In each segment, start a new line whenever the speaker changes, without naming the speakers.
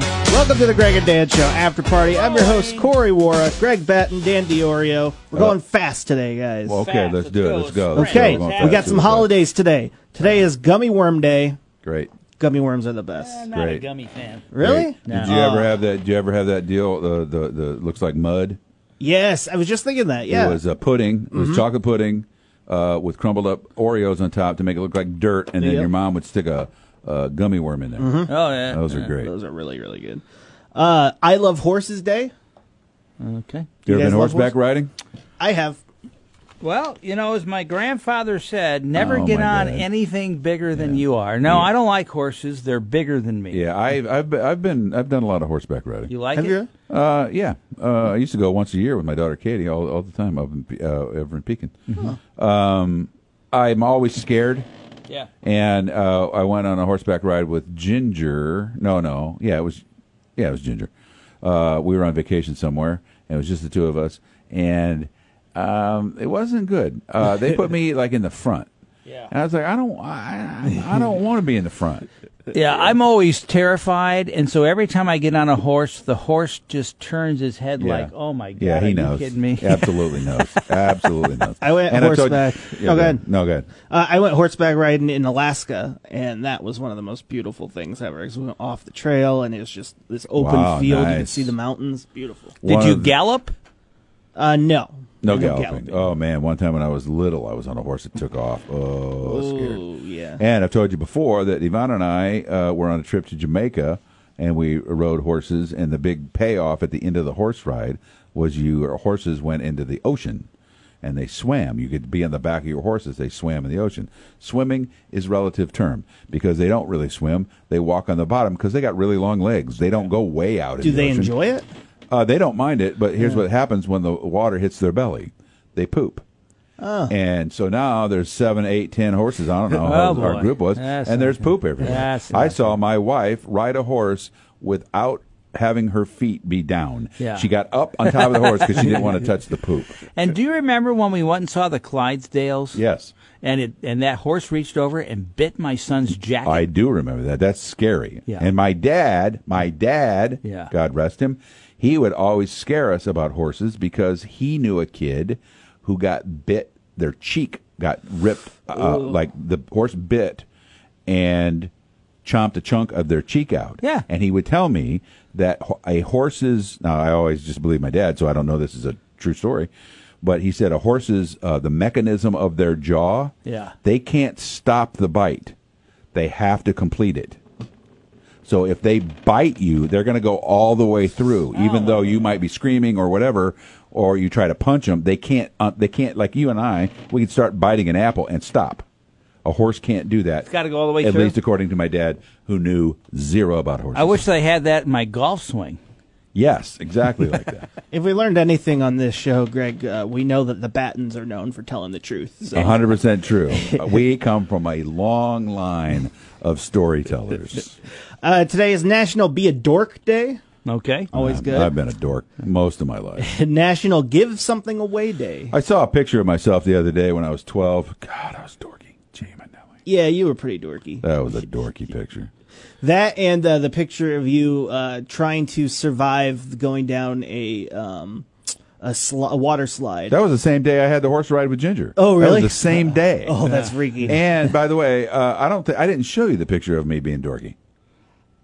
Welcome to the Greg and Dan Show After Party. I'm your host, Corey Wara, Greg Batten, Dan Diorio. We're going fast today, guys.
Okay,
Fast,
let's do it. Let's go. Let's go.
Okay,
We're going
we
fast.
got some
Let's go.
holidays today. Today is Gummy Worm Day.
Great.
Gummy worms are the best.
I'm not a
Great.
gummy fan.
Really?
Great. Did you ever have that? Did you ever have that deal? The the, the looks like mud.
Oh, Yes, I was just thinking that.
It
Yeah. Mm-hmm.
was a pudding. It was chocolate pudding uh, with crumbled up Oreos on top to make it look like dirt, and then
Yep. Mm-hmm.
your mom would stick a, a gummy worm in there.
Oh yeah.
Those are great.
Those are really, really good. Uh, I love Horses Day.
okay.
You
you ever
guys
been
love
horseback riding?
I have.
Well, you know, as my grandfather said, never
Oh,
get
my
on
God.
anything bigger than you are. No, I don't like horses. They're bigger than me.
Yeah, I've I've been, I've been I've done a lot of horseback riding.
You like
Have
it?
you?
Uh, yeah. Uh, I used to go once a year with my daughter Katie all, all the time up in, Pe- uh, over in Pekin. Um, I'm always scared,
Yeah.
and uh, I went on a horseback ride with Ginger. No, no, yeah, it was, yeah, it was Ginger. Uh, we were on vacation somewhere, and it was just the two of us, and um, it wasn't good. Uh, they put me like in the front.
Yeah.
And I was like, I don't, I, I don't want to be in the front.
Yeah, I'm always terrified, and so every time I get on a horse, the horse just turns his head
Yeah.
like, "Oh my god!"
Yeah,
are
he
you
knows.
kidding me?
Absolutely knows. Absolutely knows.
I went
told you-
horseback. Oh,
Yeah, go
go
ahead.
ahead.
No, go ahead.
Uh, I went horseback riding in Alaska, and that was one of the most beautiful things ever. 'cause we went off the trail, and it was just this open
Wow,
field. You could
nice.
see the mounds. Beautiful.
Did
One
you
of-
gallop?
Uh, no.
No
gal.
galloping. Oh man, one time when I was little, I was on a horse that took off. Oh, I was
Oh,
scared.
yeah.
And I've told you before that Yvonne and I uh, were on a trip to Jamaica, and we rode horses. And the big payoff at the end of the horse ride was your horses went into the ocean, and they swam. You could be on the back of your horses. They swam in the ocean. Swimming is relative term because they don't really swim. They walk on the bottom because they got really long legs. They don't go way out.
Do
in the
they
ocean.
enjoy it?
Uh, they don't mind it, but here's what happens when the water hits their belly: they poop. And so now there's seven, eight, ten horses. I don't know how
Ah. Oh,
our
boy.
group was,
That's
and
not
there's poop everywhere.
That's
I
not
saw my wife ride a horse without having her feet be down.
Yeah.
She got up on top of the horse because she didn't want to touch the poop.
And do you remember when we went and saw the Clydesdales?
Yes,
And it and that horse reached over and bit my son's jacket.
I do remember that. That's scary.
Yeah.
And my dad, my dad,
Yeah.
God rest him, he would always scare us about horses because he knew a kid who got bit, their cheek got ripped, uh, like the horse bit and chomped a chunk of their cheek out.
Yeah.
And he would tell me that ho- a horse's, now I always just believe my dad, so I don't know this is a true story. But he said a horse's uh, the mechanism of their jaw.
Yeah.
They can't stop the bite. They have to complete it. So if they bite you, they're going to go all the way through,
Oh.
even though you might be screaming or whatever, or you try to punch them. They can't. Uh, they can't. Like you and I, we can start biting an apple and stop. A horse can't do that. It's
gotta go all the way
At
through?
least according to my dad, who knew zero about horses.
I wish they had that in my golf swing.
Yes, exactly like that.
If we learned anything on this show, Greg, uh, we know that the Battens are known for telling the truth. So.
A hundred percent true. Uh, We come from a long line of storytellers.
Uh, today is National Be a Dork Day.
Okay.
Always
I've-
good.
I've been a dork most of my life.
National Give Something Away Day.
I saw a picture of myself the other day when I was 12. God, I was dorky. Gee, my Nelly.
Yeah, you were pretty dorky.
That was a dorky picture.
That and uh, the picture of you uh, trying to survive going down a um, a, sli- a water slide.
That was the same day I had the horse ride with Ginger.
Oh,
That was
really?
the same day.
oh, that's freaky.
And by the way, uh, I don't think I didn't show you the picture of me being dorky.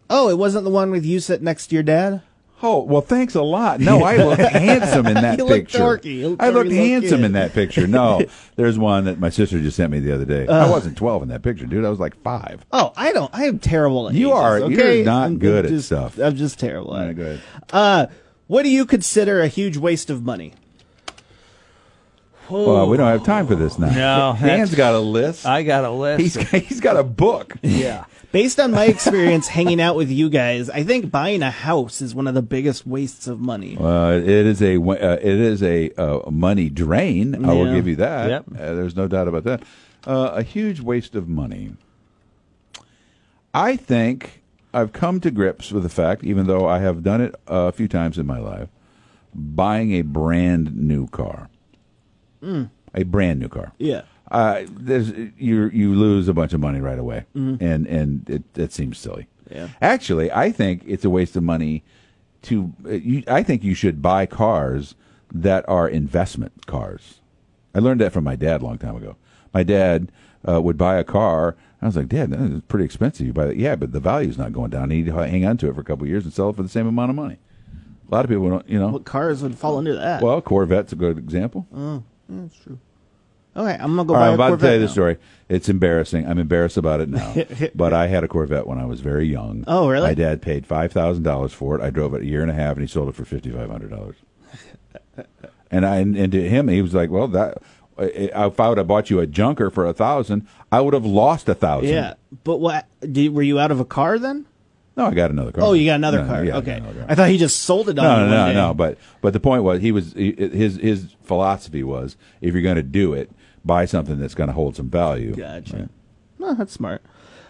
oh, it wasn't the one with you sitting next to your dad.
Oh well, thanks a lot. No, I looked handsome in that
You look
picture.
dorky. You look
I looked
dorky little
handsome
kid.
in that picture. No, there's one that my sister just sent me the other day.
Uh.
I wasn't 12 in that picture, dude. I was like five.
Oh, I don't. I am terrible at
You
ages,
are- you're
Okay?
not good at
just-
stuff.
I'm just terrible. at it.
go ahead.
Uh, what do you consider a huge waste of money?
Well, we don't have time for this now.
No,
Dan's
that's-
got a list.
I got a list.
He's he's got a book.
yeah.
Based on my experience hanging out with you guys, I think buying a house is one of the biggest wastes of money.
Uh, it is a wa- uh, it is a uh, money drain. I will
Yeah.
give you that.
Yep.
Uh, there's no doubt about that. Uh, a huge waste of money. I think I've come to grips with the fact, even though I have done it a few times in my life, buying a brand new car, a brand new car.
Mm. Yeah.
Uh, there's you you lose a bunch of money right away, and and it, it seems silly.
Yeah.
Actually, I think it's a waste of money to. uh, You, I think you should buy cars that are investment cars. I learned that from my dad a long time ago. My dad uh, would buy a car. I was like, Dad, that is pretty expensive. You buy that. Yeah, but the value's not going down. You need to hang on to it for a couple of years and sell it for the same amount of money. A lot of people don't, you know.
What cars would fall under that?
Well, Corvette's a good example.
That's true. Okay, I'm gonna go
All
buy a
right, I'm about to
Corvette
tell you the
now.
story. It's embarrassing. I'm embarrassed about it now. but I had a Corvette when I was very young.
Oh, really?
My dad paid five thousand dollars for it. I drove it a year and a half, and he sold it for fifty five hundred dollars. and I and to him, he was like, "Well, that if I would have bought you a junker for a thousand, I would have lost a thousand.
Yeah, but what? Did, were you out of a car then?
No, I got another car.
Oh, you got another
No,
car.
yeah, I got
okay,
another car.
I thought he just sold it on
No,
you
no,
one
no,
day.
no. But but the point was he was he, his his philosophy was if you're going to do it, buy something that's going to hold some value.
Gotcha. No, that's smart.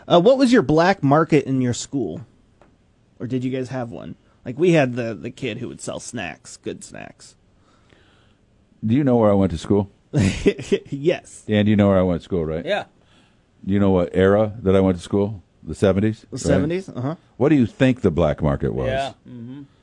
Uh, what was your black market in your school, or did you guys have one? Like we had the the kid who would sell snacks, good snacks.
Do you know where I went to school?
yes,
Dan, do you know where I went to school, right?
Yeah.
Do you know what era that I went to school? The 70s?
the
right?
seventies. Uh huh.
What do you think the black market was?
Yeah.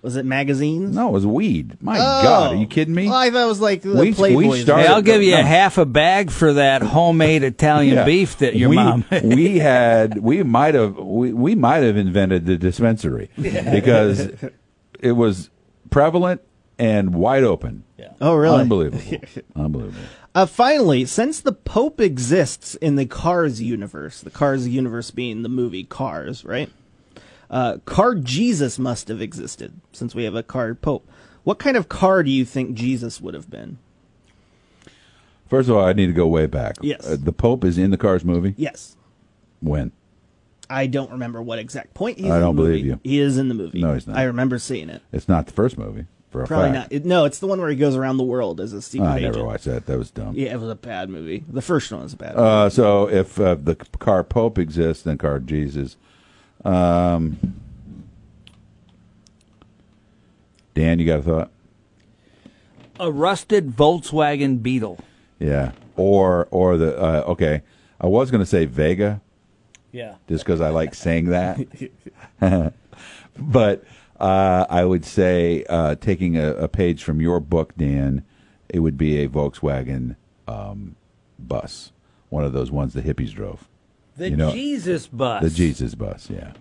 Was it magazines?
No, it was weed. My God, are you kidding me?
Well, Oh, I thought it was like the
We- we
Playboys. or
started-
Hey, I'll give you
No.
a half a bag for that homemade Italian
Yeah.
beef that your
we,
mom.
we had we might have we, we might have invented the dispensary because it was prevalent and wide open. Yeah.
Oh, really?
Unbelievable. Unbelievable.
Uh, finally, since the Pope exists in the Cars universe, the Cars universe being the movie Cars, right? Uh, car Jesus must have existed since we have a card Pope. What kind of car do you think Jesus would have been?
First of all, I need to go way back.
Yes.
Uh, the Pope is in the Cars movie.
Yes,
When?
I don't remember what exact point he's.
I
in
don't
the movie.
believe you.
He is in the movie.
No, he's not.
I remember seeing it.
It's not the first movie. For a
Probably not.
fact.
It- no, it's the one where he goes around the world as a secret
I
agent.
never watched that. That was dumb.
Yeah, it was a bad movie. The first one was a bad. movie.
Uh, so if uh, the car Pope exists, then car Jesus. Um, Dan, you got a thought?
a rusted Volkswagen Beetle.
Yeah. Or or the uh, okay. I was going to say Vega
Yeah.
just because I like saying that, but uh, I would say uh, taking a, a page from your book, Dan, it would be a Volkswagen um, bus, one of those ones the hippies drove.
The
You know-
Jesus bus.
The Jesus bus, yeah.